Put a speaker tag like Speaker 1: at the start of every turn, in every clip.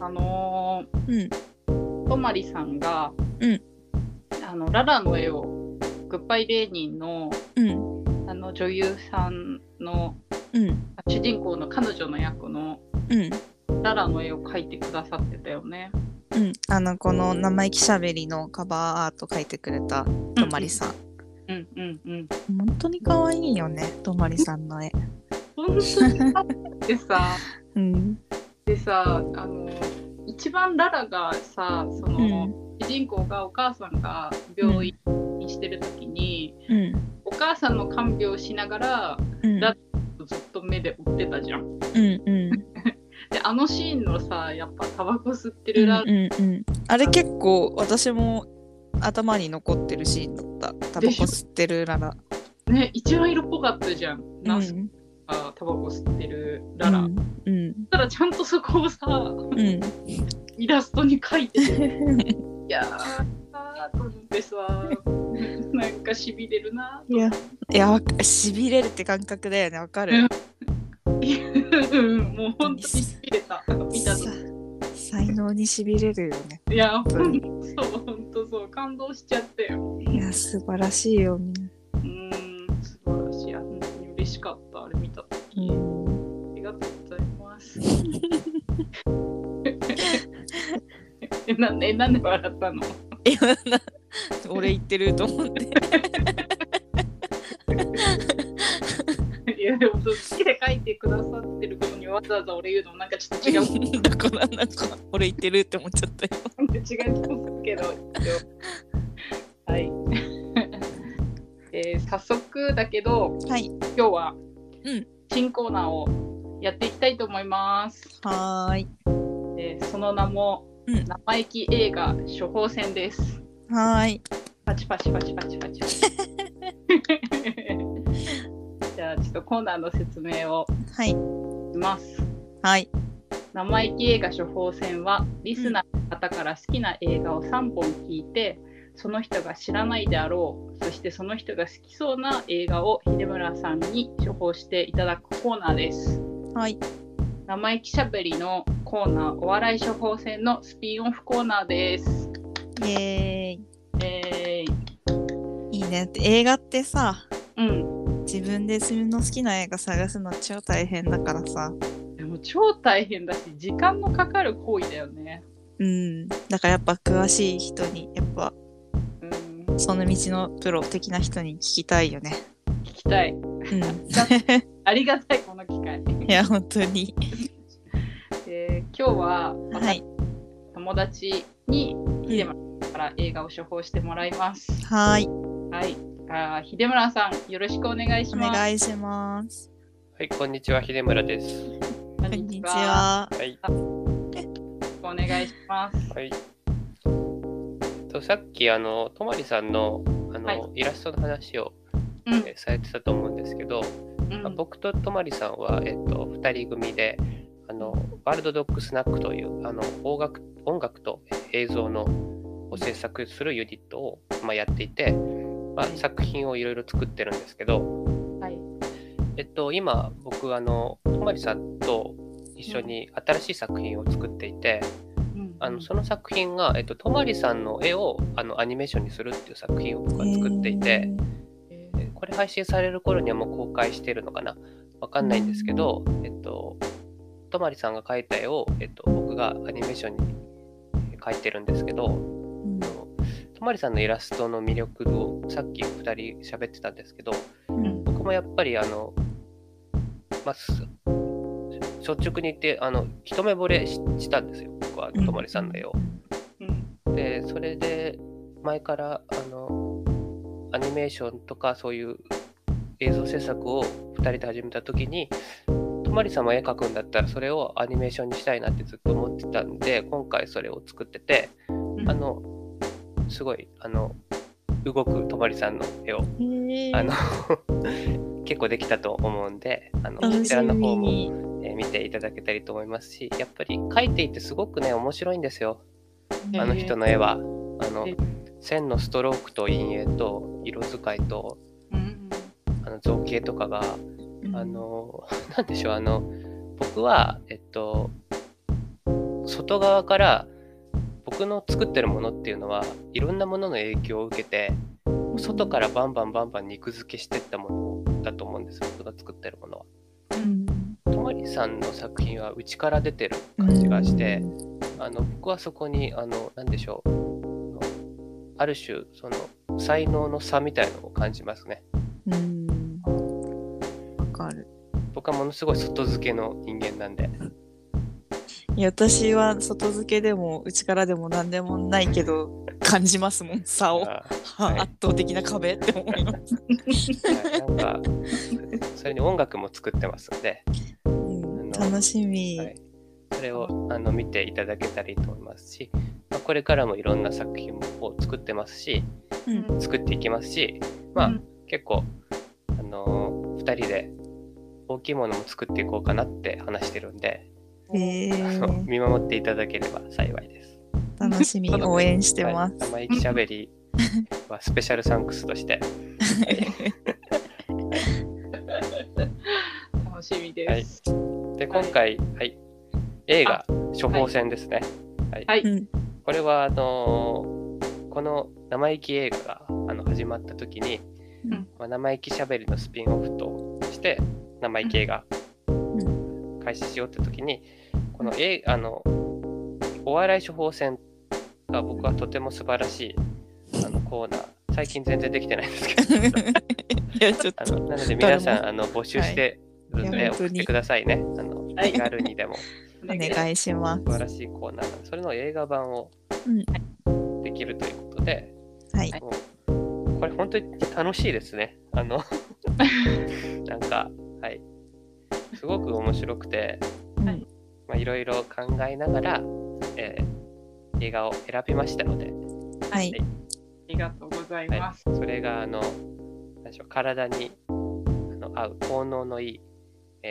Speaker 1: あの
Speaker 2: うん
Speaker 1: ー、とまりさんが、
Speaker 2: うん
Speaker 1: あのララの絵をグッバイレーニンの
Speaker 2: うん
Speaker 1: あの女優さんの
Speaker 2: うん
Speaker 1: 主人公の彼女の役の
Speaker 2: うん
Speaker 1: ララの絵を描いてくださってたよね。
Speaker 2: うんあのこの生意気しゃべりのカバーアート書いてくれたとまりさん、
Speaker 1: うんうんうん。
Speaker 2: 本当に可愛いよねとまりさんの絵
Speaker 1: 本当にあ ってさ
Speaker 2: うん
Speaker 1: でさあの一番ララがさその、主人公がお母さんが病院にしてる時に、
Speaker 2: うん
Speaker 1: お母さんの看病をしながら
Speaker 2: うん
Speaker 1: だずっと目で追ってたじゃん。
Speaker 2: うんうん
Speaker 1: であのシーンのさやっぱタバコ吸ってるララ、
Speaker 2: うんうんうん、あれ結構私も頭に残ってるシーンだったタバコ吸ってるララ
Speaker 1: ね一番色っぽかったじゃん。ナース
Speaker 2: うん
Speaker 1: がタバコ吸ってるララ。
Speaker 2: うんうん
Speaker 1: ただちゃんとそこをさ
Speaker 2: うん
Speaker 1: イラストに描いて ていやーあーと思ってさ なんかしびれるなー
Speaker 2: いやいやわかしびれるって感覚だよねわかる
Speaker 1: と うんもう本当にしびれた見た
Speaker 2: さ
Speaker 1: の
Speaker 2: 才能にしびれるよね
Speaker 1: いや本当そう本当そう感動しちゃったよ
Speaker 2: いや素晴らしいよみんな
Speaker 1: うーん素晴らしいあ本当に嬉しかったあれ見た時、ありがとうございます。 え、なんで、えなんで笑ったの。
Speaker 2: いやな俺言ってると思って
Speaker 1: いや、でも、好きで書いてくださってることに、わざわざ俺言うのも、なんかちょっと違う。
Speaker 2: だからなんか俺言ってるって思っちゃったよ
Speaker 1: 違うと思うけど。はい。 えー早速だけど、
Speaker 2: はい
Speaker 1: 今日は。
Speaker 2: うん
Speaker 1: 新コーナーをやっていきたいと思います。
Speaker 2: はーい
Speaker 1: えーその名も、
Speaker 2: うん
Speaker 1: 生意気映画処方箋です。
Speaker 2: はーい
Speaker 1: パチパチパチパチパチ。じゃあちょっとコーナーの説明を
Speaker 2: はい
Speaker 1: します。
Speaker 2: はい
Speaker 1: 生意気映画処方箋はリスナーの方から好きな映画を3本聞いて、その人が知らないであろう、そしてその人が好きそうな映画を秀村さんに処方していただくコーナーです。
Speaker 2: はい
Speaker 1: 生意気しゃべりのコーナー、お笑い処方箋のスピンオフコーナーです。
Speaker 2: イエーイ
Speaker 1: えー、
Speaker 2: いいねって映画ってさ
Speaker 1: うん。
Speaker 2: 自分で自分の好きな映画探すの超大変だからさ
Speaker 1: でも超大変だし時間のかかる行為だよね。
Speaker 2: うんだからやっぱ詳しい人にやっぱ
Speaker 1: うん、
Speaker 2: その道のプロ的な人に聞きたいよね
Speaker 1: 聞きたい。
Speaker 2: うん
Speaker 1: ありがたいこの機会。
Speaker 2: いや本当に
Speaker 1: えー今日は
Speaker 2: はい
Speaker 1: 友達に秀村さんから映画を処方してもらいます。
Speaker 2: はーい
Speaker 1: はい。あー秀村さんよろしくお願いし
Speaker 2: お
Speaker 1: ます。
Speaker 2: 願いします
Speaker 3: はい、こんにちは、秀村です。
Speaker 1: こ
Speaker 2: こんにち。は
Speaker 3: はい、
Speaker 1: お願いします。
Speaker 3: はい。と、さっき、あの、とまりさんの、あの、
Speaker 1: はい
Speaker 3: イラストの話を、
Speaker 1: うん
Speaker 3: えされてたと思うんですけど、
Speaker 1: うん
Speaker 3: まあ僕ととまりさんは、えっと、二人組で。あの、ワールドドッグスナックという、あの、音楽、音楽と映像の。を制作するユニットを、まあ、やっていて。ま
Speaker 1: は
Speaker 3: あ、
Speaker 1: い
Speaker 3: 作品をいろいろ作ってるんですけど。
Speaker 1: はい。
Speaker 3: えっと、今、僕、あの、とまりさんと一緒に新しい作品を作っていて、
Speaker 1: うん
Speaker 3: あのその作品が、えっと、とまりさんの絵をあのアニメーションにするっていう作品を僕は作っていて、
Speaker 1: え
Speaker 3: えこれ配信される頃にはもう公開してるのかなわかんないんですけど、えっと、とまりさんが描いた絵を、えっと、僕がアニメーションに描いてるんですけど、
Speaker 2: うん
Speaker 3: あのとまりさんのイラストの魅力をさっき2人喋ってたんですけど、
Speaker 2: うん
Speaker 3: 僕もやっぱりあの、まあ、す率直に言ってあの一目惚れししたんですよ僕はとまりさんの絵を。
Speaker 1: ーうん
Speaker 3: でそれで前からあのアニメーションとかそういう映像制作を2人で始めた時にとまりさんも絵描くんだったらそれをアニメーションにしたいなってずっと思ってたんで今回それを作ってて
Speaker 1: うん
Speaker 3: あのすごいあの動くとまりさんの絵を
Speaker 2: へえ
Speaker 3: あの 結構できたと思うんであの
Speaker 2: 楽
Speaker 3: そ
Speaker 2: し
Speaker 3: ちらの
Speaker 2: み
Speaker 3: 方も、
Speaker 2: に
Speaker 3: えー見ていただけたりと思いますしやっぱり描いていてすごくね面白いんですよ。あの人の絵は、あの
Speaker 1: え
Speaker 3: 線のストロークと陰影と色使いと
Speaker 1: うん
Speaker 3: あの造形とかが、
Speaker 2: うん
Speaker 3: あのなんでしょうあの僕はえっと外側から僕の作ってるものっていうのはいろんなものの影響を受けて外からバンバンバンバン肉付けしてったものだと思うんです僕が作ってるものは。とまりさんの作品は内から出てる感じがして、あの僕はそこにあの何でしょうある種その才能の差みたいのを感じますね。
Speaker 2: うん。わかる。
Speaker 3: 僕はものすごい外付けの人間なんで。
Speaker 2: いや、私は外付けでも内からでも何でもないけど、感じますもん、差を。は
Speaker 3: あはい
Speaker 2: 圧倒的な壁って思います。
Speaker 3: ーなんかそれに音楽も作ってますんで、
Speaker 2: うん楽しみ。
Speaker 3: はい、それをあの見ていただけたらいいと思いますし、まあ、これからもいろんな作品を作ってますし
Speaker 2: うん
Speaker 3: 作っていきますし、まあ
Speaker 1: うん
Speaker 3: 結構、あの2人で大きいものも作っていこうかなって話してるんで、
Speaker 2: へ
Speaker 3: あの
Speaker 2: ー
Speaker 3: 見守っていただければ幸いです。
Speaker 2: 楽 しみ、応援して
Speaker 3: は
Speaker 2: ま
Speaker 3: い、生意気しゃべりはスペシャルサンクスとして、
Speaker 2: す。
Speaker 1: 楽しみです。
Speaker 3: で今回、はい、映画処方箋ですね。
Speaker 1: はい。
Speaker 2: うん
Speaker 3: これはあのーこの生意気映画があの始まった時に、
Speaker 2: うん
Speaker 3: まあ、生意気しゃべりのスピンオフとして生意気映画開始しようって時にこの映あのお笑い処方箋が僕はとても素晴らしいあのコーナー最近全然できてないんですけ ど
Speaker 2: いや、ちょっ
Speaker 3: あ
Speaker 2: と。
Speaker 3: のなので皆さ
Speaker 2: 誰
Speaker 3: んあの募集してるん
Speaker 2: い
Speaker 3: で
Speaker 2: や本当
Speaker 3: 送
Speaker 2: に
Speaker 3: ってくださいね。あの
Speaker 1: はい
Speaker 3: 気軽にでも
Speaker 1: お
Speaker 2: お願いします。
Speaker 3: 素晴らしいコーナーなんでそれの映画版を
Speaker 2: うん
Speaker 3: できるということで、
Speaker 2: はい。
Speaker 3: もうこれ本当に楽しいですね。あのなんかはいすごく面白くて、
Speaker 2: うん
Speaker 3: まあ、いろいろ考えながら、えー映画を選びましたので、
Speaker 2: はい。
Speaker 1: ありがとうござい
Speaker 3: は
Speaker 1: ま
Speaker 3: い
Speaker 1: す。、
Speaker 3: それがあの何でしょう体にあの合う効能のいい、え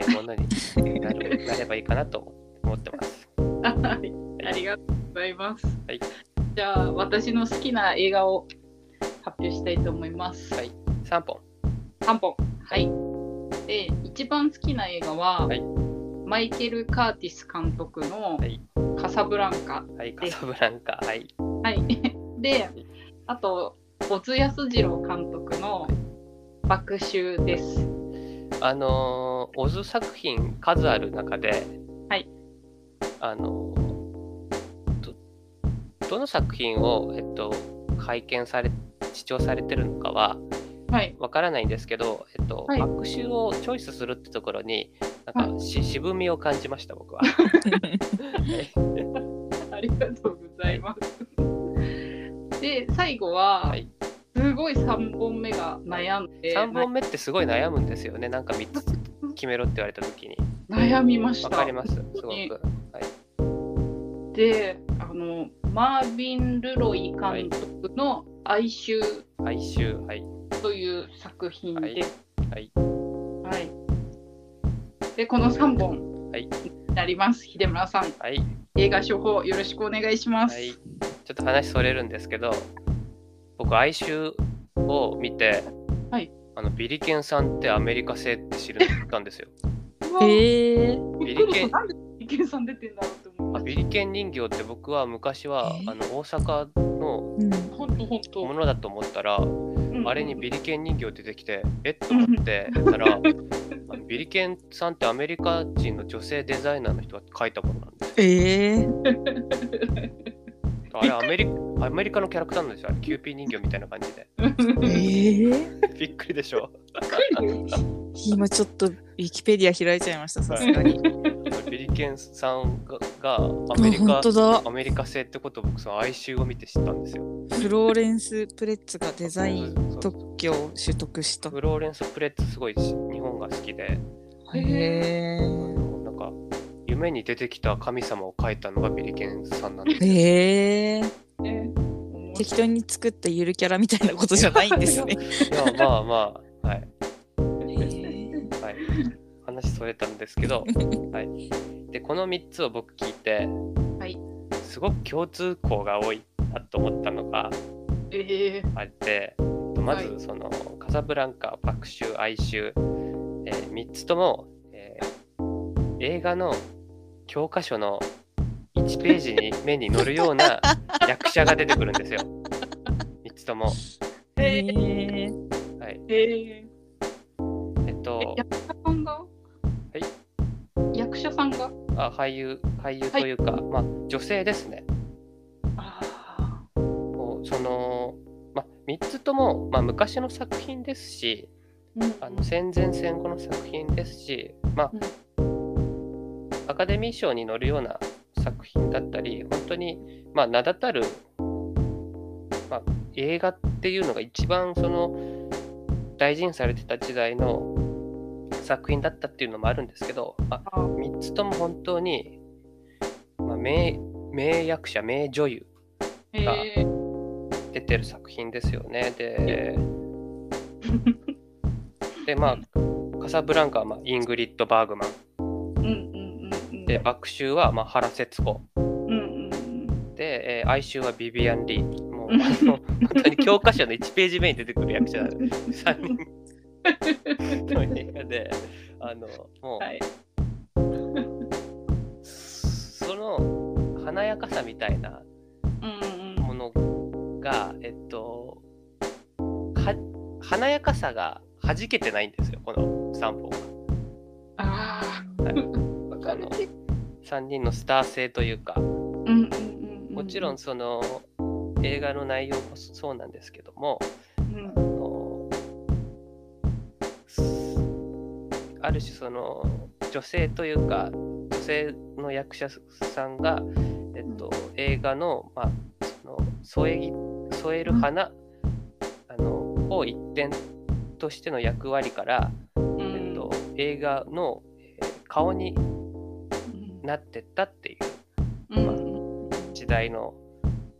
Speaker 3: ーものになるなればいいかなと思ってます。
Speaker 1: はい、ありがとうございます。
Speaker 3: はい
Speaker 1: じゃあ私の好きな映画を発表したいと思います。
Speaker 3: はい3本
Speaker 1: 3本。はい。で一番好きな映画は、
Speaker 3: はい
Speaker 1: マイケル・カーティス監督の
Speaker 3: はい
Speaker 1: 「カサブランカ
Speaker 3: はいカサブランカはい」
Speaker 1: はい。 であと小津安二郎監督の「爆臭」です。
Speaker 3: あのーオズ作品数ある中で、
Speaker 1: はい
Speaker 3: あのーどどの作品を、えっと、拝見され視聴されてるのかは
Speaker 1: はい。
Speaker 3: わからないんですけど、えっと
Speaker 1: はい
Speaker 3: 学習をチョイスするってところになんかし、渋みを感じました僕は。
Speaker 1: ありがとうございます。で最後は、
Speaker 3: はい
Speaker 1: すごい3本目が悩んで、
Speaker 3: 3本目ってすごい悩むんですよねなんか3つ 決めろって言われた時に。
Speaker 1: 悩みました。
Speaker 3: わかりますすごく。
Speaker 1: 本
Speaker 3: は
Speaker 1: 当
Speaker 3: い
Speaker 1: にであのマーヴィン・ルロイ監督の「哀愁
Speaker 3: 哀愁はい」
Speaker 1: という作品です。
Speaker 3: はい
Speaker 1: はいでこの3本
Speaker 3: はい
Speaker 1: になります。秀村さん
Speaker 3: はい
Speaker 1: 映画処方よろしくお願いします。
Speaker 3: はい、ちょっと話それるんですけど僕哀愁を見て、
Speaker 1: はい
Speaker 3: あのビリケンさんってアメリカ製って知ったんですよ
Speaker 1: うわ
Speaker 2: え
Speaker 1: びっくりした
Speaker 3: ビリケン
Speaker 1: なんでビリケンさん出てんだろうって思
Speaker 3: あ
Speaker 1: いま
Speaker 3: ビ
Speaker 1: し
Speaker 3: リケン人形って僕は昔は
Speaker 2: えー
Speaker 3: あの大阪の
Speaker 2: うん。
Speaker 1: た。本当本当。
Speaker 3: ものだと思ったら
Speaker 1: うん
Speaker 3: あれにビリケン人形出てきてえっと思ってたらあのビリケンさんってアメリカ人の女性デザイナーの人が描いたものなんです
Speaker 2: ええ
Speaker 3: あれアメリアメリカのキャラクターなんですよあれキューピー人形みたいな 感じで
Speaker 2: ええ
Speaker 3: びっくりでしょ
Speaker 2: 今ちょっとウィキペディア開いちゃいました、さすがに。
Speaker 3: ビリケンさんががアメリ
Speaker 2: 本
Speaker 3: カ
Speaker 2: 当だ
Speaker 3: ア。メリカ製ってことを僕その哀愁を見て知ったんですよ。
Speaker 2: フローレンス・プレッツがデザイン
Speaker 3: ン
Speaker 2: 特許を取得した。
Speaker 3: フローレンス・プレッツすごいし日本が好きで、
Speaker 1: へ
Speaker 2: へ
Speaker 3: なんか夢に出てきた神様を描いたのがビリケンさんなんで
Speaker 2: え。
Speaker 3: すよ。
Speaker 2: へえ。
Speaker 1: ね
Speaker 2: 適当に作ったゆるキャラみたいなことじゃないんですね。
Speaker 3: いやまあまあはい
Speaker 2: へ
Speaker 3: はい話それたんですけ ど、はい、でこの3つを僕聞いて、
Speaker 1: はい
Speaker 3: すごく共通項が多いなと思ったのが
Speaker 1: ええ
Speaker 3: あってま
Speaker 1: は
Speaker 3: ずその、カサブランカ爆臭哀愁、え3つとも、えー映画の教科書の1ページに目に乗るような役者が出てくるん ですよ。3つとも。
Speaker 1: え
Speaker 2: へえ ー。
Speaker 3: はい。
Speaker 1: ー、え
Speaker 3: えっと、
Speaker 1: 役者さんがはい役者さんが
Speaker 3: あ俳優、俳優というか、まあ、女性ですね。
Speaker 1: あ
Speaker 3: こうその、まあ、3つとも、まあ、昔の作品ですし、
Speaker 1: ー
Speaker 3: あの戦前戦後の作品ですし、まあアカデミー賞に載るような作品だったり本当に、まあ、名だたる、まあ、映画っていうのが一番その大事にされてた時代の作品だったっていうのもあるんですけど、ま
Speaker 1: あ
Speaker 3: あ、
Speaker 1: ー
Speaker 3: 3つとも本当に、まあ、名名役者名女優
Speaker 1: えー
Speaker 3: 出てる作品ですよね。で、でまあ、カサブランカはまあイングリッド・バーグマン。
Speaker 1: うんうんうんうん
Speaker 3: で、爆臭はまあ原節子。
Speaker 1: うんうんうん
Speaker 3: で、えー哀愁はビビアン・リー。もう、あの本当に教科書の1ページ目に出てくる役者3人の映画で、あの、もう、
Speaker 1: はい
Speaker 3: その華やかさみたいな
Speaker 1: うんうん
Speaker 3: ものが、えっと、は華やかさが弾けてないんですよ、この3本が。
Speaker 1: あ
Speaker 3: あの3人のスター性というか
Speaker 1: ーうんうんうんうん
Speaker 3: もちろんその映画の内容もそうなんですけども
Speaker 1: うん
Speaker 3: あのすある種その女性というか女性の役者さんが、えっと、映画の,、まあ、その添えぎ添える花、あのを一点としての役割から、
Speaker 1: うん
Speaker 3: えっと、映画の、えー顔に
Speaker 1: うん
Speaker 3: なってったってい
Speaker 1: う
Speaker 3: う
Speaker 1: ん
Speaker 3: 時代の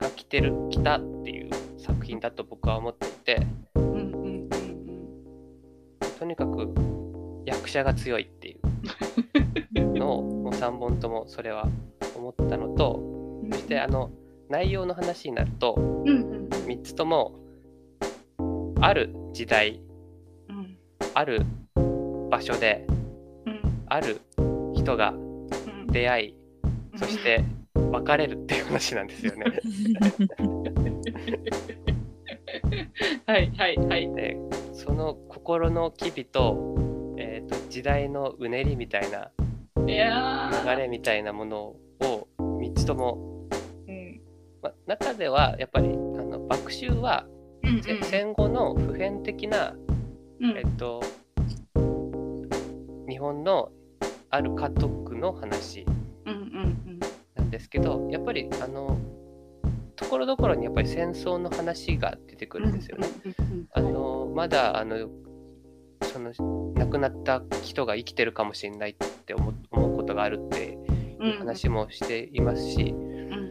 Speaker 3: が来てる来たっていう作品だと僕は思っていて
Speaker 1: うんうんうんうん
Speaker 3: とにかく役者が強いっていうのをもう3本ともそれは思ったのと
Speaker 1: うん
Speaker 3: そしてあの内容の話になると
Speaker 1: うんうん
Speaker 3: 3つともある時代
Speaker 1: うん
Speaker 3: ある場所で
Speaker 1: うん
Speaker 3: ある人が
Speaker 1: うん
Speaker 3: 出会いそして別れるっていう話なんですよね。
Speaker 1: はいはいはい
Speaker 3: でその心の機微と,、えーと時代のうねりみたいない
Speaker 1: やー
Speaker 3: 流れみたいなものを3つとも、
Speaker 1: うん
Speaker 3: ま、中ではやっぱりあの爆臭は
Speaker 1: うん
Speaker 3: せ戦後の普遍的な、
Speaker 1: うん
Speaker 3: えっと、日本のある家族の話
Speaker 1: うんうん
Speaker 3: なんですけどやっぱりあのところどころにやっぱり戦争の話が出てく
Speaker 1: うん
Speaker 3: るんですよね。
Speaker 1: うん
Speaker 3: あのまだあのその亡くなった人が生きてるかもしれないって思う思うことがあるって
Speaker 1: うん
Speaker 3: 話もしていますし
Speaker 1: うんうん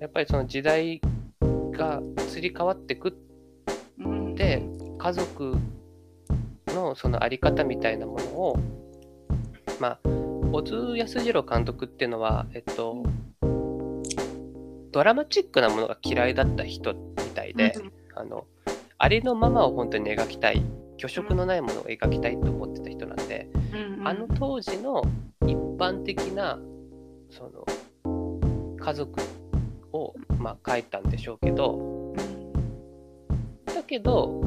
Speaker 3: やっぱりその時代が移り変わってくっ
Speaker 1: うんうん
Speaker 3: て家族のその在り方みたいなものをまあ小津安二郎監督っていうのはえっとドラマチックなものが嫌いだった人みたいで。あのありのままを本当に描きたい虚飾のないものを描きたいと思ってた人なんで、
Speaker 1: うん
Speaker 3: あの当時の一般的なその家族を、まあ、描いたんでしょうけどだけど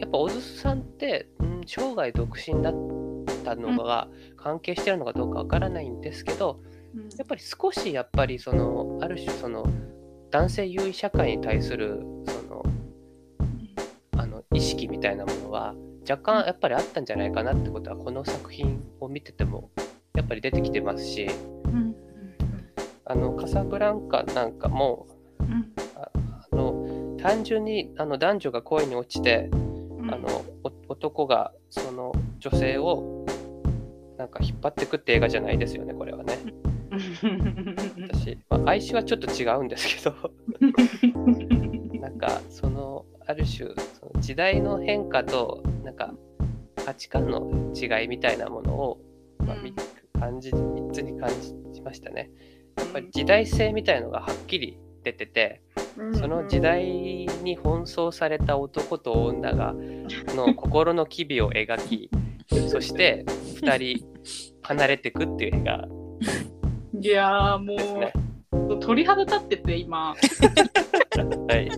Speaker 3: やっぱ小津さんって、うん、生涯独身だったのが関係してるのかどうかわからないんですけど
Speaker 1: うん
Speaker 3: やっぱり少しやっぱりそのある種その男性優位社会に対するそのあの意識みたいなものは若干やっぱりあったんじゃないかなってことはこの作品を見ててもやっぱり出てきてますし
Speaker 1: うん
Speaker 3: あのカサブランカなんかも
Speaker 1: うん
Speaker 3: あの単純にあの男女が恋に落ちて
Speaker 1: うん
Speaker 3: あのお男がその女性をなんか引っ張ってくって映画じゃないですよねこれはね。私、まあ、哀愁はちょっと違うんです けど。なんかそのある種その時代の変化となんか価値観の違いみたいなものを、まあ、
Speaker 1: うん
Speaker 3: み感じ3つに感じましたね。やっぱり時代性みたいのがはっきり出ててその時代に奔走された男と女がの心の機微を描 きそして2人離れてくっていう映画
Speaker 1: いやーも
Speaker 3: ですね。
Speaker 1: うょっと鳥肌立ってて今
Speaker 3: はい。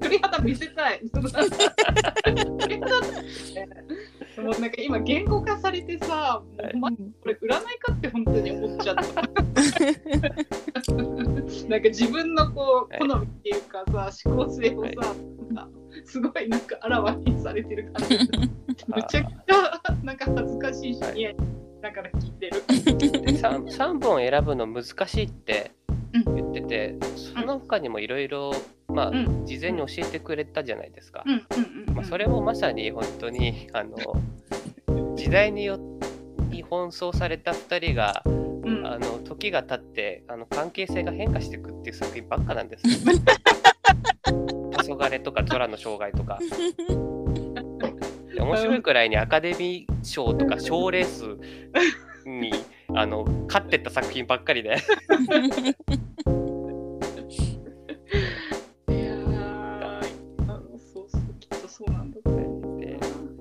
Speaker 1: 鳥肌見せたい 鳥肌立っててもうなんか今言語化されてさもうマジこれ占いかって本当に思っちゃった なんか自分のこう
Speaker 3: はい
Speaker 1: 好みっていうかさ思考性をさ、なんかすごいなんかあらわにされてる 感じむちゃくちゃなんか恥ずかしいし、
Speaker 3: はい
Speaker 1: い、やだから聞いてる
Speaker 3: で 3, 三本選ぶの難しいって
Speaker 1: うん
Speaker 3: 言ってて、その他にもいろいろまあ、
Speaker 1: うん
Speaker 3: 事前に教えてくれたじゃないですか。
Speaker 1: うんうんうん、
Speaker 3: まあ、それもまさに本当にあの時代によに奔走された2人が
Speaker 1: うん
Speaker 3: あの時が経ってあの関係性が変化していくっていう作品ばっかなんですよ。黄昏とか空の障害とか。で面白いくらいにアカデミー賞とか賞レースにあの勝ってった作品ばっかりで
Speaker 1: いやーあのそうそうきっとそうなんだと思う
Speaker 3: で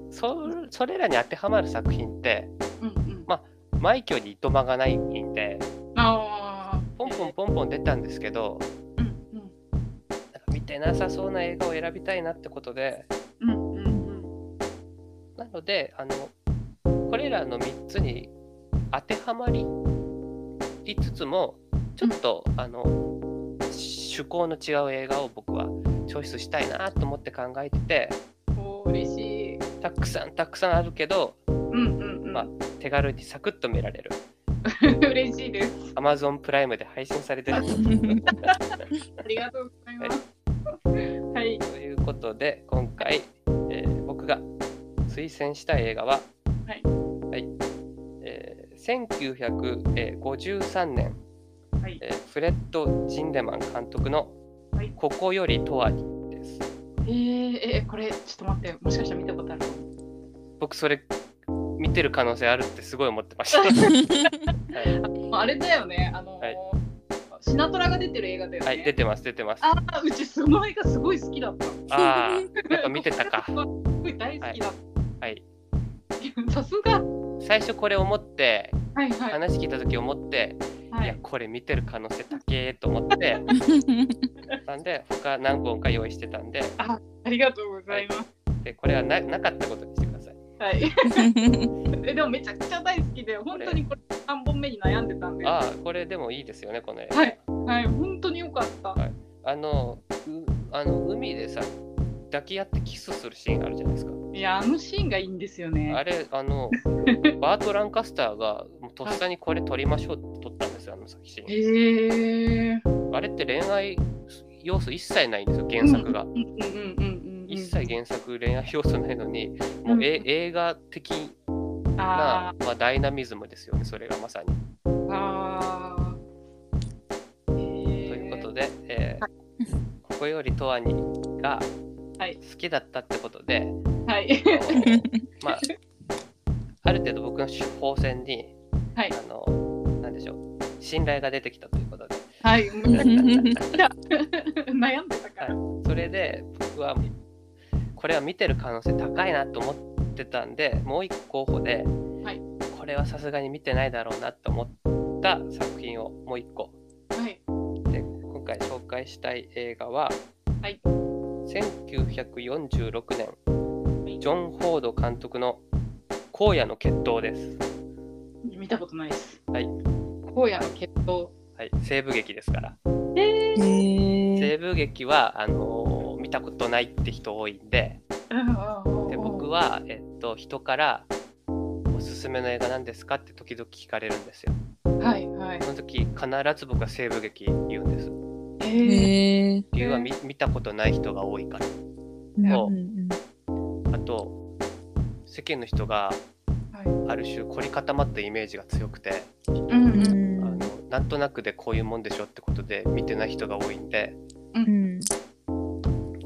Speaker 3: そそれらに当てはまる作品って
Speaker 1: うんうん
Speaker 3: ま枚挙にいとまがないんで
Speaker 1: あー
Speaker 3: ポンポンポンポン出たんですけど
Speaker 1: うん
Speaker 3: なんか見てなさそうな映画を選びたいなってことで
Speaker 1: うんうんうん
Speaker 3: なのであのこれらの3つに当てはまりつつもちょっと、あの趣向の違う映画を僕はチョイスしたいなと思って考えてて
Speaker 1: うんおー嬉しい
Speaker 3: たくさんたくさんあるけど
Speaker 1: うんうんうん
Speaker 3: まあ手軽にサクッと見られる
Speaker 1: 嬉しいです
Speaker 3: Amazon プライムで配信されてる
Speaker 1: ありがとうございますはい
Speaker 3: ということで今回、えー僕が推薦したい映画は、
Speaker 1: はい
Speaker 3: はいえー1953年、
Speaker 1: はい
Speaker 3: えーフレッド・ジンデマン監督の
Speaker 1: はい
Speaker 3: 「ここよりとはに」です。
Speaker 1: えー、えーこれちょっと待ってもしかしたら見たことあるかも
Speaker 3: 僕それ見てる可能性あるってすごい思ってました。はい
Speaker 1: まああれだよねあのー
Speaker 3: はい
Speaker 1: シナトラが出てる映画だよね、
Speaker 3: はい、出てます出てます。
Speaker 1: ああうちその映画すごい好きだった
Speaker 3: ああ、やっぱ見てたか
Speaker 1: す。ごい大好きだっ
Speaker 3: はい、
Speaker 1: た さすがは
Speaker 3: 最初これ思って
Speaker 1: いはい
Speaker 3: 話聞いた時思って、、
Speaker 1: はい
Speaker 3: やこれ見てる可能性高えと思って。なんで他何本か用意してたんで
Speaker 1: ありがとうございます。
Speaker 3: でこれはななかったことにしてください。
Speaker 1: はい。 えでもめちゃくちゃ大好きで、本当にこれ三本目に悩んでたんで。は
Speaker 3: ああこれでもいいですよねこの映画。
Speaker 1: はいい、本当に良かった。
Speaker 3: はいあのうあの海でさ抱き合ってキスするシーンあるじゃないですか。
Speaker 1: いや、あのシーンがいいんですよ
Speaker 3: あ
Speaker 1: ね。
Speaker 3: れあの バート・ランカスターがもうとっさにこれ撮りましょうって撮ったんですよあの作シーン。
Speaker 1: へえ。
Speaker 3: あれって恋愛要素一切ないんですよ原作が。
Speaker 1: うんうんうんうん。
Speaker 3: 一切原作恋愛要素ないのにもうえ
Speaker 1: うん
Speaker 3: 映画的
Speaker 1: あ
Speaker 3: な、まあ、ダイナミズムですよねそれがまさに。
Speaker 1: ーあー。
Speaker 3: とい
Speaker 1: へ
Speaker 3: う
Speaker 1: ー
Speaker 3: ことで、えー
Speaker 1: は
Speaker 3: ここよりとわにが
Speaker 1: はい
Speaker 3: 好きだったってこと で、
Speaker 1: はい。
Speaker 3: あのまあ、ある程度僕の手法線に、
Speaker 1: はい
Speaker 3: あのなんでしょう信頼が出てきたということで、
Speaker 1: はい。 めちゃくちゃ悩んでたか
Speaker 3: は
Speaker 1: ら。
Speaker 3: い、それで僕はこれは見てる可能性高いなと思ってたんでもう一個候補で、
Speaker 1: はい
Speaker 3: これはさすがに見てないだろうなと思った作品をもう一個
Speaker 1: はい。
Speaker 3: で今回紹介したい映画は、
Speaker 1: はい
Speaker 3: 1946
Speaker 1: い
Speaker 3: 年ジョン・フォード監督の「荒野の決闘」です、
Speaker 1: 見たことないです。
Speaker 3: はい。
Speaker 1: 荒野の決闘。
Speaker 3: はい、西部劇ですから、
Speaker 1: えー。
Speaker 3: 西部劇はあのー見たことないって人多いんでで僕
Speaker 1: は。
Speaker 3: は、えっと、人から「おすすめの映画なんですか?」って時々聞かれるんですよ
Speaker 1: はいはい。
Speaker 3: その時必ず僕は西部劇言うんです
Speaker 1: へえ。
Speaker 3: 理由は見見たことない人が多いからあと世間の人が
Speaker 1: はい。
Speaker 3: ある種凝り固まったイメージが強くて、
Speaker 1: うんうん。
Speaker 3: あのなんとなくでこういうもんでしょってことで見てない人が多いんでち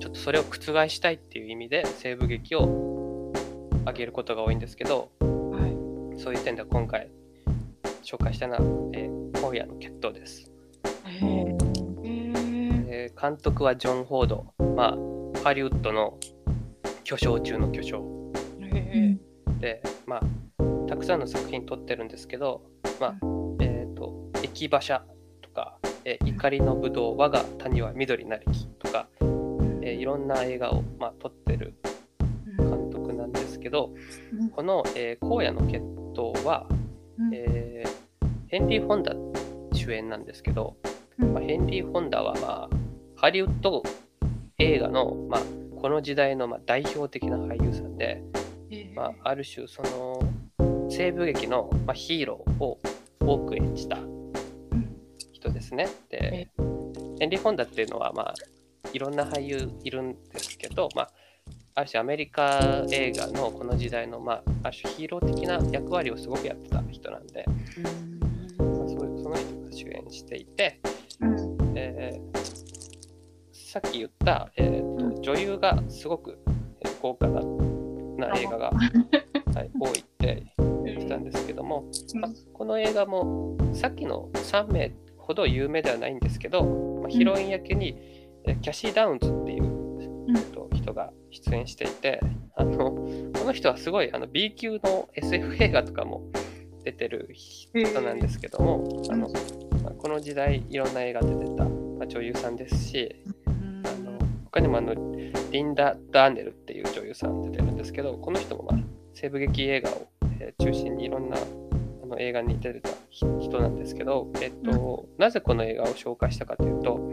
Speaker 3: ょっとそれを覆したいっていう意味で西部劇を上げることが多いんですけど
Speaker 1: はい。
Speaker 3: そういう点では今回紹介したのは「えー荒野の決闘」です、
Speaker 1: へえ。
Speaker 3: えー監督はジョン・フォード、まあ、ハリウッドの巨匠中の巨匠
Speaker 1: へ
Speaker 3: で、まあ、たくさんの作品撮ってるんですけど、まあえー、と駅馬車とかえー怒りのぶどう、我が谷は緑なりきとか、えーいろんな映画を、まあ、撮ってる監督なんですけど、
Speaker 1: うん
Speaker 3: この、えー荒野の決闘は、
Speaker 1: うん
Speaker 3: えーヘンリー・ホンダ主演なんですけど、
Speaker 1: うん
Speaker 3: まあ、ヘンリー・ホンダは、まあ、ハリウッド映画の、まあ、この時代の、まあ、代表的な俳優さんで、
Speaker 1: えー
Speaker 3: まあ、ある種その西部劇の、まあ、ヒーローを多く演じた
Speaker 1: うん
Speaker 3: 人ですね。で、ヘンリー・ホンダっていうのは、まあ、いろんな俳優いるんですけど、まあ、ある種アメリカ映画のこの時代の、まあ、ある種ヒーロー的な役割をすごくやってた人なんで、まあ、そういうその人が主演していて、
Speaker 1: うん
Speaker 3: えーさっき言った、えーと女優がすごくえー豪華なな映画が、はい、多いって言ってたんですけども、まあこの映画もさっきの3名ほど有名ではないんですけど、まあ、ヒロイン役に、えーキャシー・ダウンズっていう、えっと人が出演していてあのこの人はすごいあの B 級の SF 映画とかも出てる人なんですけども、あのまあこの時代いろんな映画で出た、まあ女優さんですしあの他にもあのリンダ・ダーネルっていう女優さん出てるんですけどこの人も、まあ、西部劇映画を、えー中心にいろんなあの映画に出てた人なんですけど、えっとなぜこの映画を紹介したかというと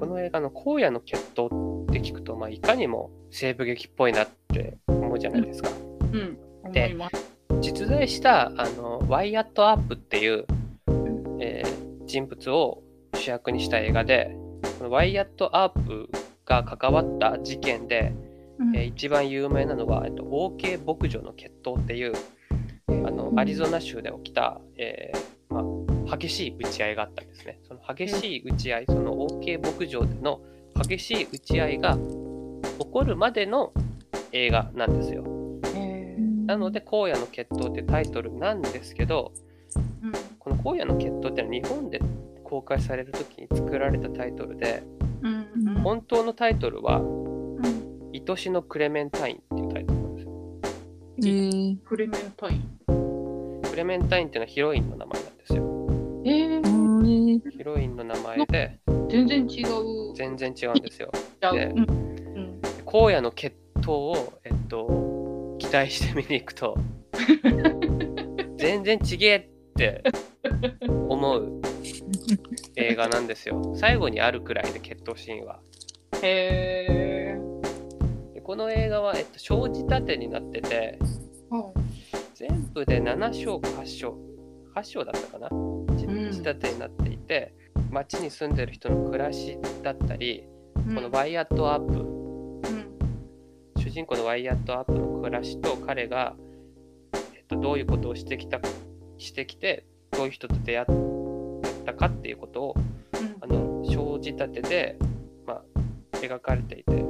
Speaker 3: この映画の荒野の決闘って聞くと、まあ、いかにも西部劇っぽいなって思うじゃないですか。
Speaker 1: うん思
Speaker 3: で
Speaker 1: います
Speaker 3: 実在したあのワイアット・アップっていう、
Speaker 1: ん
Speaker 3: えー人物を主役にした映画でこのワイアット・アップが関わった事件で、
Speaker 1: うん
Speaker 3: えー一番有名なのは、えっと、OK 牧場の決闘っていうあのアリゾナ州で起きた、えーまあ、激しい打ち合いがあったんですね。その激しい打ち合い、その OK 牧場での激しい打ち合いが起こるまでの映画なんですよ。
Speaker 1: え
Speaker 3: なので、荒野の決闘ってタイトルなんですけど、
Speaker 1: ー
Speaker 3: この荒野の決闘ってのは日本で公開される時に作られたタイトルで、
Speaker 1: うんうん
Speaker 3: 本当のタイトルは、
Speaker 1: うん
Speaker 3: 愛しのクレメンタインっていうタイトルなんですよ。
Speaker 2: えー
Speaker 1: クレメンタイン
Speaker 3: クレメンタインっていうのはヒロインの名前なんですよ。
Speaker 1: え
Speaker 2: う
Speaker 1: ー
Speaker 2: ん
Speaker 3: ヒロインの名前で
Speaker 1: 全然違う
Speaker 3: 全然違うんですよ。
Speaker 1: ちゃう
Speaker 3: で
Speaker 1: うんうん
Speaker 3: 荒野の決闘を、えっと、期待して見に行くと、全然ちげえって思う映画なんですよ。最後にあるくらいで決闘シーンは。
Speaker 1: へー
Speaker 3: でこの映画は、えっと、生じたてになってて全部で7章か8章8章だったかな生じたてになっていて、街に住んでる人の暮らしだったりこのワイアットアップ、
Speaker 1: うん
Speaker 3: 主人公のワイアットアップの暮らしと彼が、えっと、どういうことをしてきたしてきてどういう人と出会ったかっていうことを
Speaker 1: うん
Speaker 3: あの生じたてで、まあ、描かれていて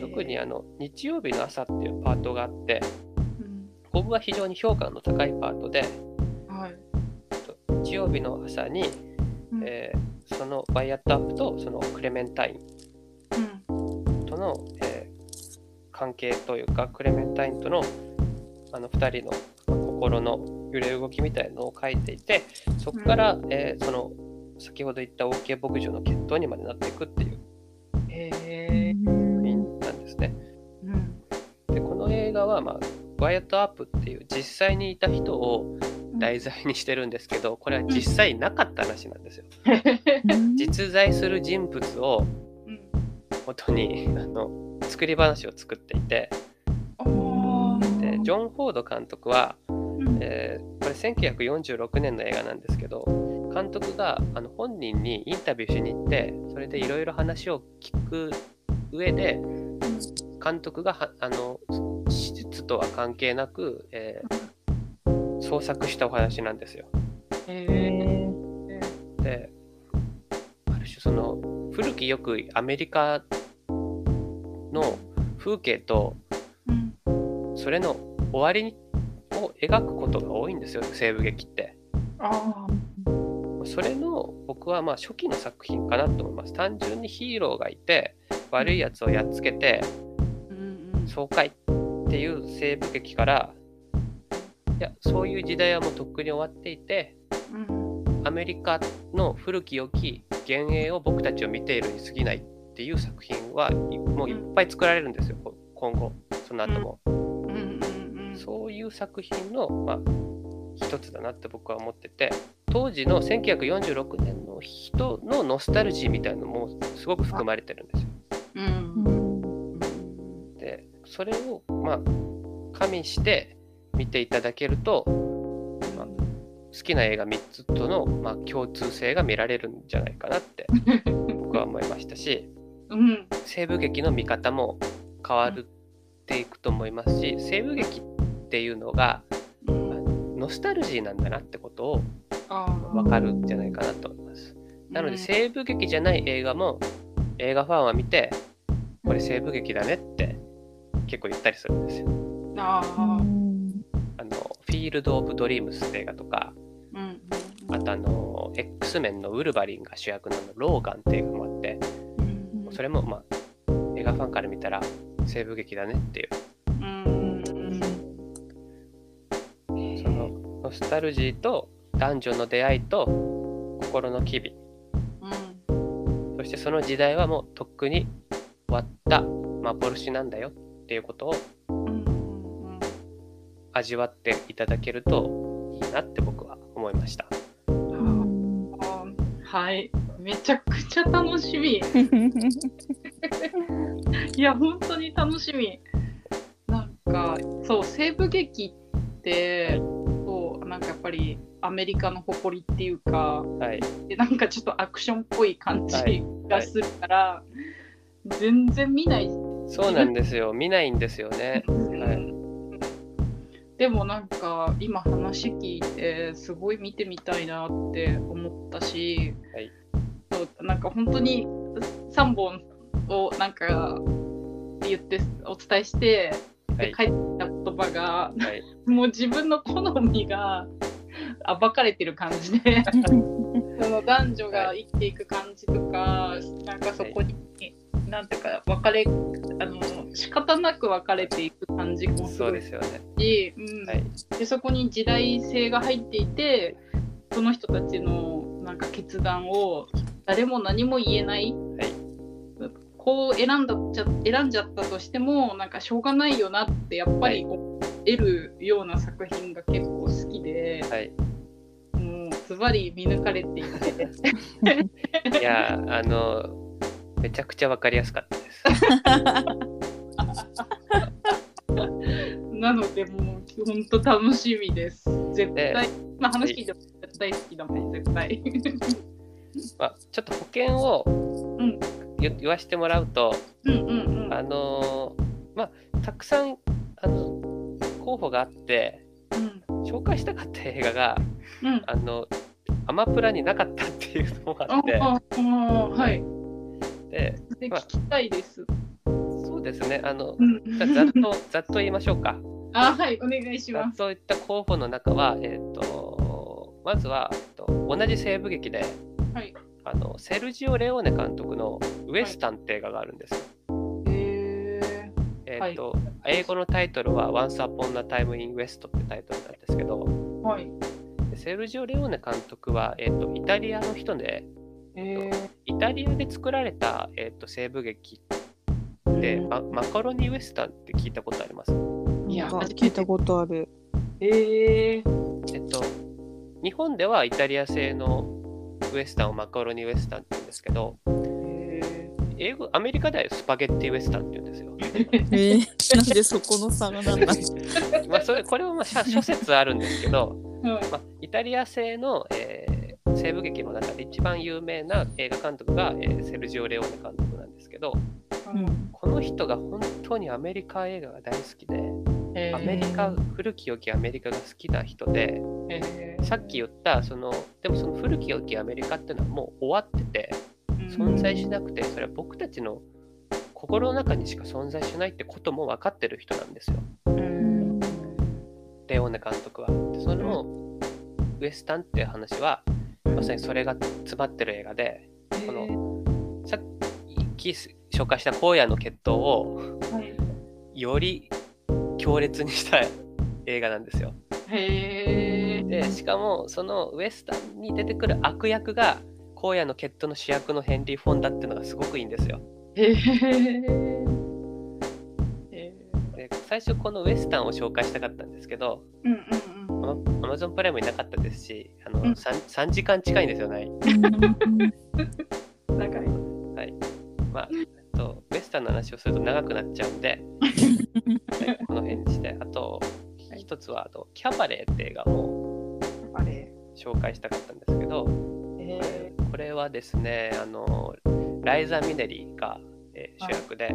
Speaker 3: 特にあの日曜日の朝っていうパートがあって
Speaker 1: うん
Speaker 3: ここが非常に評価の高いパートで
Speaker 1: はい
Speaker 3: 日曜日の朝に、
Speaker 1: うん
Speaker 3: えーそのワイヤットアップとそのクレメンタイ
Speaker 1: うん
Speaker 3: ンとの、えー関係というかクレメンタインとのあの2人のまあ心の揺れ動きみたいのを書いていてそこから、えーその先ほど言った OK 牧場の決闘にまでなっていくっていう
Speaker 1: へ
Speaker 3: 作品なんですね。
Speaker 1: ーうん
Speaker 3: でこの映画は、まあ、ワイヤットアップっていう実際にいた人を題材にしてるんですけどこれは実際なかった話なんですよ。実在する人物を
Speaker 1: うん
Speaker 3: 元にあの作り話を作っていて
Speaker 1: あー
Speaker 3: でジョン・フォード監督は、
Speaker 1: うん
Speaker 3: えーこれ1946年の映画なんですけど監督があの本人にインタビューしに行ってそれでいろいろ話を聞く上で監督がはあの史実とは関係なく、えー創作したお話なんですよ。
Speaker 1: へ
Speaker 3: である種その古きよくアメリカの風景と
Speaker 1: ーうん
Speaker 3: それの終わりを描くことが多いんですよ西部劇って。
Speaker 1: あ
Speaker 3: それの僕はまあ初期の作品かなと思います。単純にヒーローがいて悪いやつをやっつけて
Speaker 1: ーうんうん
Speaker 3: 爽快っていう西部劇からいやそういう時代はもうとっくに終わっていて
Speaker 1: うん
Speaker 3: アメリカの古き良き幻影を僕たちを見ているに過ぎないっていう作品はいもういっぱい作られるんですよ、こ今後その後も、
Speaker 1: うんうんうん
Speaker 3: そういう作品の、まあ、一つだなって僕は思ってて当時の1946年の人のノスタルジーみたいのもすごく含まれてるんですよ
Speaker 1: うん
Speaker 3: でそれをまあ加味して見ていただけると好きな映画3つとの、まあ、共通性が見られるんじゃないかな って僕は思いましたし
Speaker 1: うん
Speaker 3: 西部劇の見方も変わるっていくと思いますし西部劇っていうのがノスタルジーなんだなってことを
Speaker 1: あ
Speaker 3: 分かるんじゃないかなと思います。
Speaker 1: ー
Speaker 3: なので西部劇じゃない映画も映画ファンは見てこれ西部劇だねって結構言ったりするんですよ。
Speaker 1: うんあ
Speaker 2: う
Speaker 1: ー
Speaker 2: ん
Speaker 3: あのフィールド・オブ・ドリームスって映画とか
Speaker 1: うん
Speaker 3: あとあの X メンのウルヴァリンが主役のあのローガンって映画もあって
Speaker 1: うん
Speaker 3: それもまあ映画ファンから見たら西部劇だねっていう
Speaker 1: うん
Speaker 3: そのノスタルジーと男女の出会いと心の機微
Speaker 1: うん
Speaker 3: そしてその時代はもうとっくに終わった幻なんだよっていうことを
Speaker 1: うん
Speaker 3: 味わっていただけるといいなって僕は思いました。
Speaker 1: うんあーはいめちゃくちゃ楽しみいや本当に楽しみなんかそう西部劇ってそうなんかやっぱりアメリカの誇りっていうか
Speaker 3: はい、
Speaker 1: でなんかちょっとアクションっぽい感じ
Speaker 3: はい
Speaker 1: がするから、全然見ない
Speaker 3: そうなんで すよ見ないんですよね。はい、
Speaker 1: でもなんか今話聞いてすごい見てみたいなって思ったし、
Speaker 3: はい
Speaker 1: そうなんか本当に3本をなんか言ってお伝えして、
Speaker 3: は
Speaker 1: で
Speaker 3: い
Speaker 1: 書いてきた言葉が
Speaker 3: はい、
Speaker 1: もう自分の好みが暴かれてる感じでその男女が生きていく感じとか、なんかそこに、なんていうか別れあの仕方なく別れていく感じもす
Speaker 3: そう
Speaker 1: ごい
Speaker 3: ですよね。
Speaker 1: し、うん
Speaker 3: はい
Speaker 1: でそこに時代性が入っていてその人たちのなんか決断を誰も何も言えない、こう選んだっちゃ選んじゃったとしてもなんかしょうがないよなってやっぱり思えるような作品が結構好きで、
Speaker 3: はい
Speaker 1: もうズバリ見抜かれていて
Speaker 3: いやーあのめちゃくちゃわかりやすかったです。
Speaker 1: なのでもう本当楽しみです絶対、
Speaker 3: ね
Speaker 1: まあ話聞いても絶対好きだもん絶対
Speaker 3: まあ、ちょっと保険を
Speaker 1: ん
Speaker 3: 言言わしてもらうと、
Speaker 1: うんうんうん
Speaker 3: あのーまあたくさんあの候補があって
Speaker 1: うん
Speaker 3: 紹介したかった映画が
Speaker 1: うん
Speaker 3: あのアマプラになかったっていうのもあって
Speaker 1: あああはい。
Speaker 3: で
Speaker 1: で
Speaker 3: まあ
Speaker 1: 聞きたいです。
Speaker 3: そうですねあの
Speaker 1: うん
Speaker 3: じゃざっとざっと言いましょうか。
Speaker 1: あはいお願いし
Speaker 3: ざ
Speaker 1: ま
Speaker 3: っ
Speaker 1: す。
Speaker 3: と言った候補の中は、えー、とまずは、えーと同じ西部劇で、
Speaker 1: はい
Speaker 3: あのセルジオ・レオーネ監督の「ウエスタン」って映画があるんですよ。
Speaker 1: へえ
Speaker 3: えーと英語のタイトルは「Once Upon a Time in West」ってタイトルなんですけど
Speaker 1: はい。
Speaker 3: でセルジオ・レオーネ監督は、えー、とイタリアの人で
Speaker 1: へ
Speaker 3: イタリアで作られた、えー、と西部劇
Speaker 1: え
Speaker 3: で、まマカロニ・ウエスタンって聞いたことあります
Speaker 1: いや
Speaker 2: 聞いたことある。
Speaker 1: へえ
Speaker 3: えっと日本ではイタリア製のウエスタンをマカロニ・ウエスタンって言うんですけど英語アメリカではスパゲッティ・ウエスタンって言うんですよ。
Speaker 2: えー、なんでそこの差がなんだ。
Speaker 3: まあ、それこれはまあ諸諸説あるんですけど
Speaker 1: はい
Speaker 3: まあ、イタリア製の、えー西部劇の中で一番有名な映画監督が、えーセルジオ・レオーネ監督なんですけどこの人が本当にアメリカ映画が大好きでアメリカ古き良きアメリカが好きな人でさっき言ったそのでもその古き良きアメリカっていうのはもう終わってて存在しなくてそれは僕たちの心の中にしか存在しないってことも分かってる人なんですよ
Speaker 1: うん
Speaker 3: レオーネ監督は。でそのウエスタンっていう話はまさにそれが詰まってる映画で。このさっき紹介した荒野の決闘を
Speaker 1: はい
Speaker 3: より強烈にした映画なんですよ。
Speaker 1: へえ
Speaker 3: でしかもそのウエスタンに出てくる悪役が荒野の決闘の主役のヘンリー・フォンダっていうのがすごくいいんですよ。
Speaker 1: へえ。へー
Speaker 3: で最初このウエスタンを紹介したかったんですけど
Speaker 1: うんうんうん。
Speaker 3: アマゾンプライムいなかったですしあの、
Speaker 1: うん
Speaker 3: 3, 3時間近いんですよね。
Speaker 1: 長い。
Speaker 3: はいまああとウエスタンの話をすると長くなっちゃう んで、はい、この辺にしてあと
Speaker 1: はい
Speaker 3: 一つはあとキャバレーって映画を
Speaker 1: あれ。
Speaker 3: 紹介したかったんですけど
Speaker 1: へえ。
Speaker 3: これはですねあのライザ・ミネリが、えー主役で、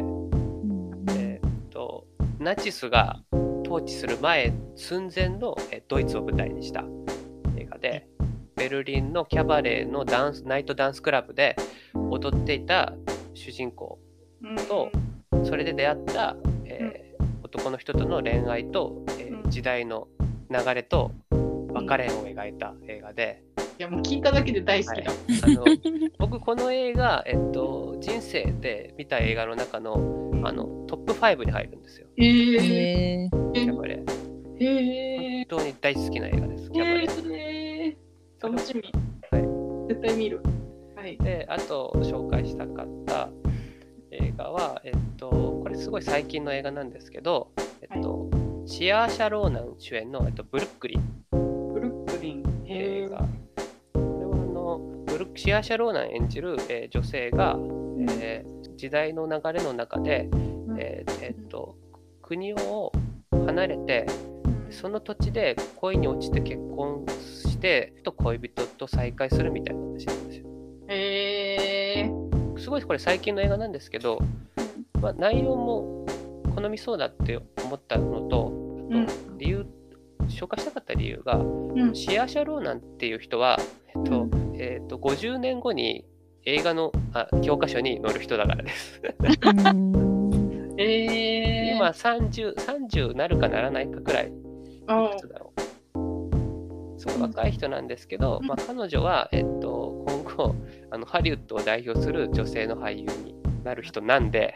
Speaker 3: えーっとナチスが統治する前寸前の、えードイツを舞台にした映画でベルリンのキャバレーのダンスナイトダンスクラブで踊っていた主人公とそれで出会った、えー男の人との恋愛と、えー
Speaker 1: うん
Speaker 3: 時代の流れと別れを描いた映画で、
Speaker 1: いやもう聞いただけで大好きだ。
Speaker 3: あの 僕この映画、えっと、人生で見た映画の中のあのトップ5に入るんですよ
Speaker 1: へえ。
Speaker 2: えー
Speaker 3: キャバレー。
Speaker 1: へ
Speaker 3: 本
Speaker 1: え。
Speaker 3: 当に大好きな映画です。キャバレー
Speaker 1: へえ。楽しみ。
Speaker 3: は
Speaker 1: 絶対見る。はい。
Speaker 3: で、あと紹介したかった映画は、えっと、これすごい最近の映画なんですけど、えっと、シアー・シャローナン主演の、えっと、ブルックリンっ
Speaker 1: ブルックリン。
Speaker 3: て
Speaker 1: へ
Speaker 3: いう映
Speaker 1: え。
Speaker 3: 画。これはあのブルックシアー・シャローナン演じる、えー女性が、えー時代の流れの中で、えーえっと、国を離れてその土地で恋に落ちて結婚してと恋人と再会するみたいな話なんですよ。
Speaker 1: へえ。
Speaker 3: すごいこれ最近の映画なんですけど、まあ、内容も好みそうだって思ったのとあ
Speaker 1: うん
Speaker 3: と理由、紹介したかった理由が、
Speaker 1: ん
Speaker 3: シア・シャローナンっていう人は、えっと
Speaker 1: うん
Speaker 3: えっと50年後に映画のあ教科書に載る人だからです。
Speaker 1: ええ。
Speaker 3: 今30、30なるかならないかくらい
Speaker 1: うん
Speaker 3: いくつだろう。そう若い人なんですけど、まあ、彼女は、えっと、今後あのハリウッドを代表する女性の俳優になる人なんで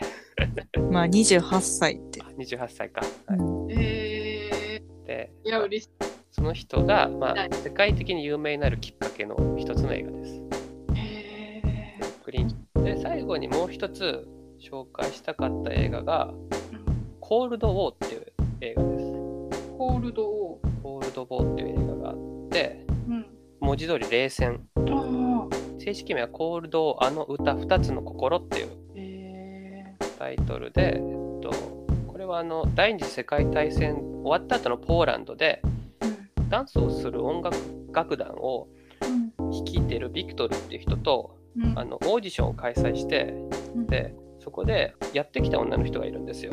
Speaker 2: まあ28歳って。
Speaker 3: 28歳か。
Speaker 2: う
Speaker 3: は
Speaker 2: ん
Speaker 3: い
Speaker 1: へえ。
Speaker 3: で
Speaker 1: いや嬉しい。
Speaker 3: その人が、ま
Speaker 1: は
Speaker 3: あ、世界的に有名になるきっかけの一つの映画です。
Speaker 1: へえ。
Speaker 3: クリーンで最後にもう一つ紹介したかった映画が「コールド・ウォー」っていう映画です。
Speaker 1: コールドを。
Speaker 3: コールド・ウォーっていう映画があって
Speaker 1: うん。
Speaker 3: 文字通り冷戦
Speaker 1: ああ。
Speaker 3: 正式名は「コールド・あの歌2つの心」っていう
Speaker 1: へえ。
Speaker 3: タイトルで、えっと、これはあの第二次世界大戦終わった後のポーランドでダンスをする音楽楽団を率いているビクトルっていう人と
Speaker 1: うん
Speaker 3: あのオーディションを開催して
Speaker 1: うん
Speaker 3: でそこでやってきた女の人がいるんですよ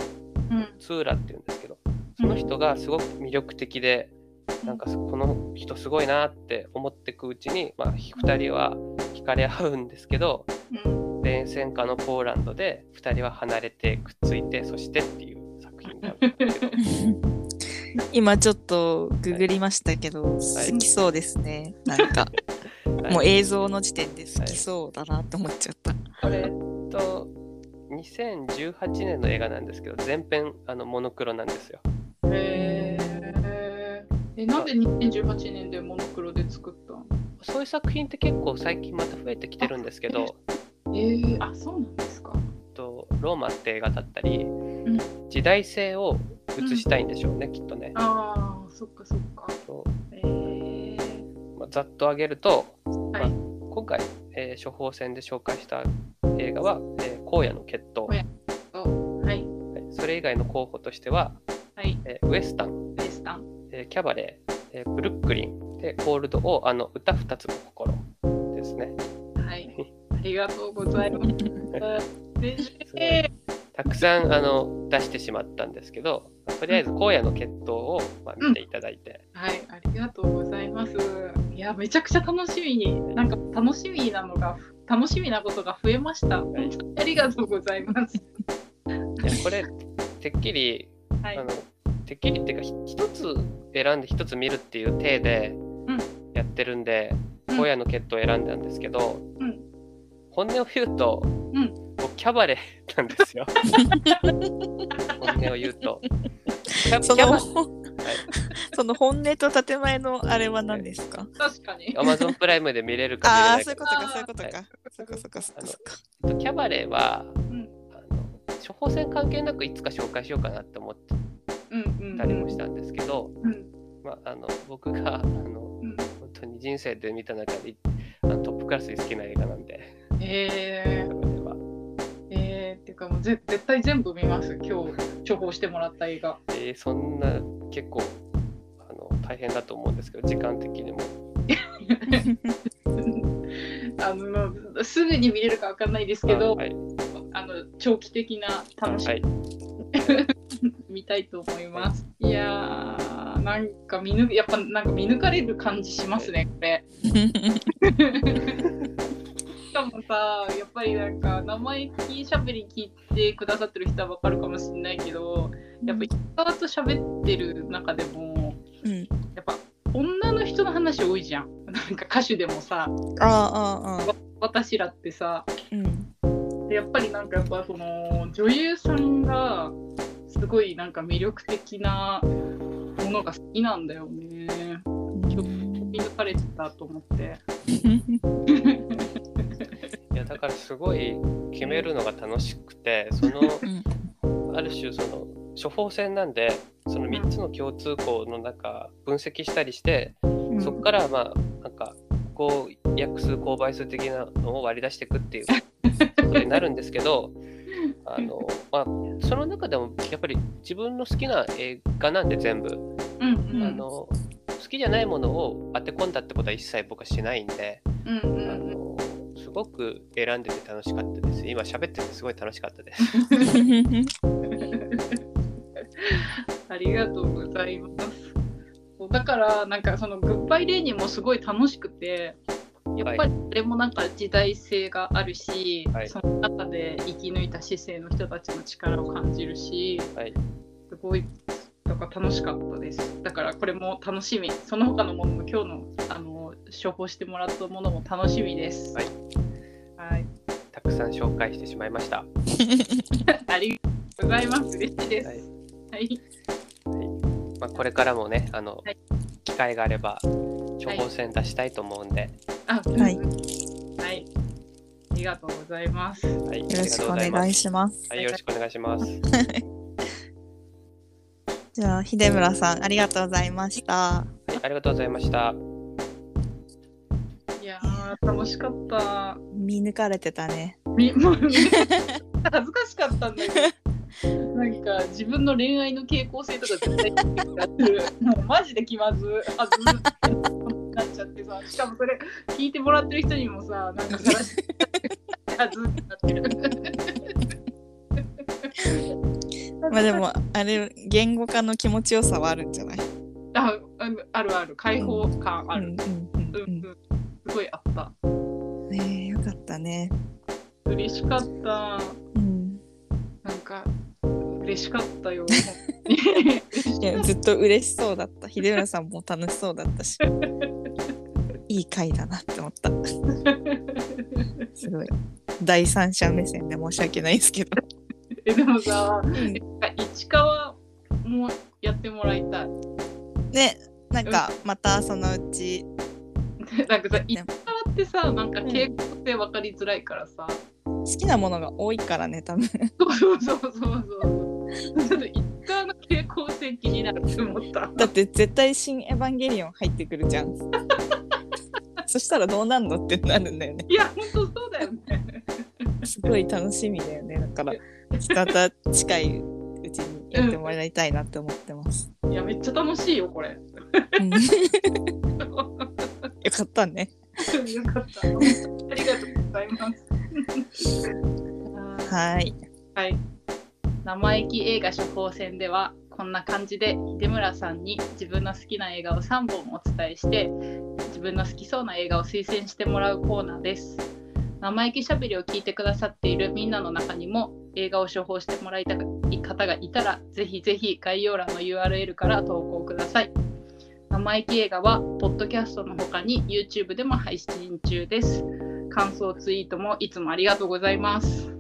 Speaker 1: うん
Speaker 3: ツーラっていうんですけどその人がすごく魅力的でなんかこの人すごいなって思ってくうちに、まあ、2人は惹かれ合うんですけど
Speaker 1: うん
Speaker 3: 冷戦下のポーランドで2人は離れてくっついてそしてっていう作品なん ですけど
Speaker 2: 今ちょっとググりましたけど、好きそうですね。なんか、
Speaker 3: はい
Speaker 2: もう映像の時点で好きそうだなって思っちゃ った。
Speaker 3: これえっと2018年の映画なんですけど全編あのモノクロなんですよ。
Speaker 1: へえ。え、なんで2018年でモノクロで作ったの
Speaker 3: そういう作品って結構最近また増えてきてるんですけど、
Speaker 1: ええ、あ、そうなんですか。
Speaker 3: えっとローマって映画だったり、
Speaker 1: ん
Speaker 3: 時代性を映したいんでしょうね、きっとね。
Speaker 1: ああ、そっかそっか。
Speaker 3: と
Speaker 1: ええ。
Speaker 3: まあざっと挙げると、
Speaker 1: は
Speaker 3: まあ
Speaker 1: い。
Speaker 3: 今回、えー処方箋で紹介した映画は「えー荒野の決闘、
Speaker 1: 荒野おはい。
Speaker 3: はいそれ以外の候補としては、
Speaker 1: はい。
Speaker 3: えーウエスタン、
Speaker 1: ベスタン。
Speaker 3: えーキャバレー、えーブルックリンでコールドをあの歌2つの心ですね。
Speaker 1: はい。ありがとうございます。嬉しい
Speaker 3: たくさんあの出してしまったんですけどとりあえず荒野の決闘を、まあ、見ていただいて、
Speaker 1: はい、ありがとうございます。いや、めちゃくちゃ楽しみに、なんか楽しみなのが、楽しみなことが増えました。
Speaker 3: い
Speaker 1: ありがとうございます。
Speaker 3: でこれてっきり
Speaker 1: は
Speaker 3: あ
Speaker 1: い
Speaker 3: の、てっきりっていうかひ一つ選んで一つ見るっていう体で
Speaker 1: うん
Speaker 3: やってるんで、
Speaker 1: うん
Speaker 3: 荒野の決闘を選んだんですけど、
Speaker 1: うん
Speaker 3: 本音を言うと、
Speaker 1: ん
Speaker 3: 僕キャバレー なんで すよ本音を言うとキャ
Speaker 2: そ
Speaker 3: キャ
Speaker 2: の
Speaker 3: バレー、
Speaker 2: その本音と建前のあれは何です か
Speaker 1: 確かに。
Speaker 3: Amazon プライムで見れるか
Speaker 2: ああ、
Speaker 3: 見れ
Speaker 2: そう
Speaker 3: ないいうか
Speaker 2: ことか、そういうことか。そっかそっかそっかそっか。
Speaker 3: えっとキャバレーは、
Speaker 1: ん
Speaker 3: あの処方箋関係なくいつか紹介しようかなって思って
Speaker 1: うんうん。
Speaker 3: たりもしたんですけど、
Speaker 1: うん
Speaker 3: まあ、あの僕があの
Speaker 1: うん
Speaker 3: 本当に人生で見た中であのトップクラスに好きな映画なんで、キ
Speaker 1: え
Speaker 3: ャバレーは
Speaker 1: ー、えー、っていうかもうぜ絶対全部見ます今日処方してもらった映画。
Speaker 3: えーそんな結構あの大変だと思うんですけど時間的にも
Speaker 1: あのすぐに見れるかわかんないですけど、
Speaker 3: あはい
Speaker 1: あの長期的な楽し
Speaker 3: はい
Speaker 1: み見たいと思います。いやーなんか見抜やっぱなんか見抜かれる感じしますねこれ。 しかもさやっぱりなんか生意気しゃべり聞いてくださってる人はわかるかもしれないけどやっぱ石川と喋ってる中でも
Speaker 2: うん。
Speaker 1: やっぱ女の人の話多いじゃん。なんか歌手でもさ
Speaker 2: ああ、ああ、ああ。
Speaker 1: 私らってさ
Speaker 2: うん。
Speaker 1: でやっぱりなんかやっぱその女優さんがすごいなんか魅力的なものが好きなんだよね。見抜かれてたと思って。
Speaker 3: いやだからすごい決めるのが楽しくてそのある種その処方箋なんでその3つの共通項の中分析したりして
Speaker 2: うん
Speaker 3: そこからまあなんかこう約数勾配数的なのを割り出していくっていうことになるんですけどあの、まあ、その中でもやっぱり自分の好きな映画なんで全部、
Speaker 1: うんうん
Speaker 3: あの好きじゃないものを当て込んだってことは一切僕はしないんで、
Speaker 1: うんう
Speaker 3: あ
Speaker 1: んうん
Speaker 3: のすごく選んでて楽しかったです今喋っててすごい楽しかったです
Speaker 1: ありがとうございます。そうだからなんかそのグッバイレーニンもすごい楽しくてやっぱりそれもなんか時代性があるし、
Speaker 3: はい
Speaker 1: その中で生き抜いた市政の人たちの力を感じるし、
Speaker 3: はい
Speaker 1: すごいなんか楽しかったですだからこれも楽しみその他のものも今日のあの処方してもらったものも楽しみです
Speaker 3: はい、
Speaker 1: はい
Speaker 3: たくさん紹介してしまいました
Speaker 1: ありがとうございます嬉しいです
Speaker 3: はい
Speaker 1: はい、
Speaker 3: まあ、これからもねあの、
Speaker 1: はい
Speaker 3: 機会があれば処方箋出したいと思うんで、
Speaker 1: あ
Speaker 2: はい
Speaker 1: はいありがとうございます
Speaker 3: はい、よ
Speaker 2: よろしくお願いします。
Speaker 3: はい、よろしくお願いします。
Speaker 2: じゃあ、秀村さん、ありがとうございました。
Speaker 3: ありがとうございました。
Speaker 1: いやー楽しかった
Speaker 2: 見抜かれてたね。
Speaker 1: み もう恥ずかしかったんだけ どなんか自分の恋愛の傾向性とか絶対聞いてくれてもうマジで気まずはずなっちゃってさしかもそれ聞いてもらってる人にもさなんかさらしてはずにな ってる
Speaker 2: まあでも、あれ、言語化の気持ちよさはあるんじゃない
Speaker 1: ああのあるある開放感あ
Speaker 2: う
Speaker 1: る
Speaker 2: ん、うん
Speaker 1: う
Speaker 2: うんん
Speaker 1: うん、すごいあった
Speaker 2: うん。ねえ、よかったね。
Speaker 1: 嬉しかった
Speaker 2: うん。
Speaker 1: なんか嬉しかったよ嬉し
Speaker 2: いや、ずっと嬉しそうだった。秀村さんも楽しそうだったし。 いい回だなって 思った。すごい。第三者目線で申し訳ないですけど。
Speaker 1: えでもさ
Speaker 2: ん
Speaker 1: 市川もやってもらいたい
Speaker 2: ね、なんか、またそのうち。
Speaker 1: なんかさ市
Speaker 2: でも
Speaker 1: 川ってさなんか傾向性分かりづらいからさ、
Speaker 2: 好きなものが多いからね、多 分。
Speaker 1: そうそうそうそうそうちょっと市川の傾向性気になるって思った
Speaker 2: だって絶対新エヴァンゲリオン入ってくるじゃ ん。そしたらどうなんのってなるんだよね。
Speaker 1: いやほんとそうだよね
Speaker 2: すごい楽しみだよね。だから、また近いうちにやってもらいたいなって思ってます。
Speaker 1: いやめっちゃ楽しいよこれ
Speaker 2: うん、 よかったね。
Speaker 1: よかったありがとうございます あー
Speaker 2: はい。
Speaker 1: はい。生意気映画処方箋ではこんな感じで秀村さんに自分の好きな映画を3本お伝えして自分の好きそうな映画を推薦してもらうコーナーです。生意気しゃべりを聞いてくださっているみんなの中にも映画を処方してもらいたい方がいたらぜひぜひ概要欄の URL から投稿ください。生意気映画はポッドキャストの他に YouTube でも配信中です。感想ツイートもいつもありがとうございます。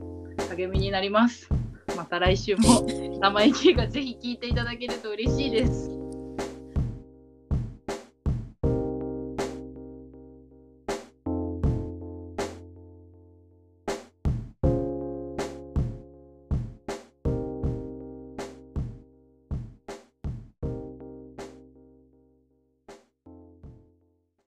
Speaker 1: 励みになります。また来週も生意気がぜひ聞いていただけると嬉しいです。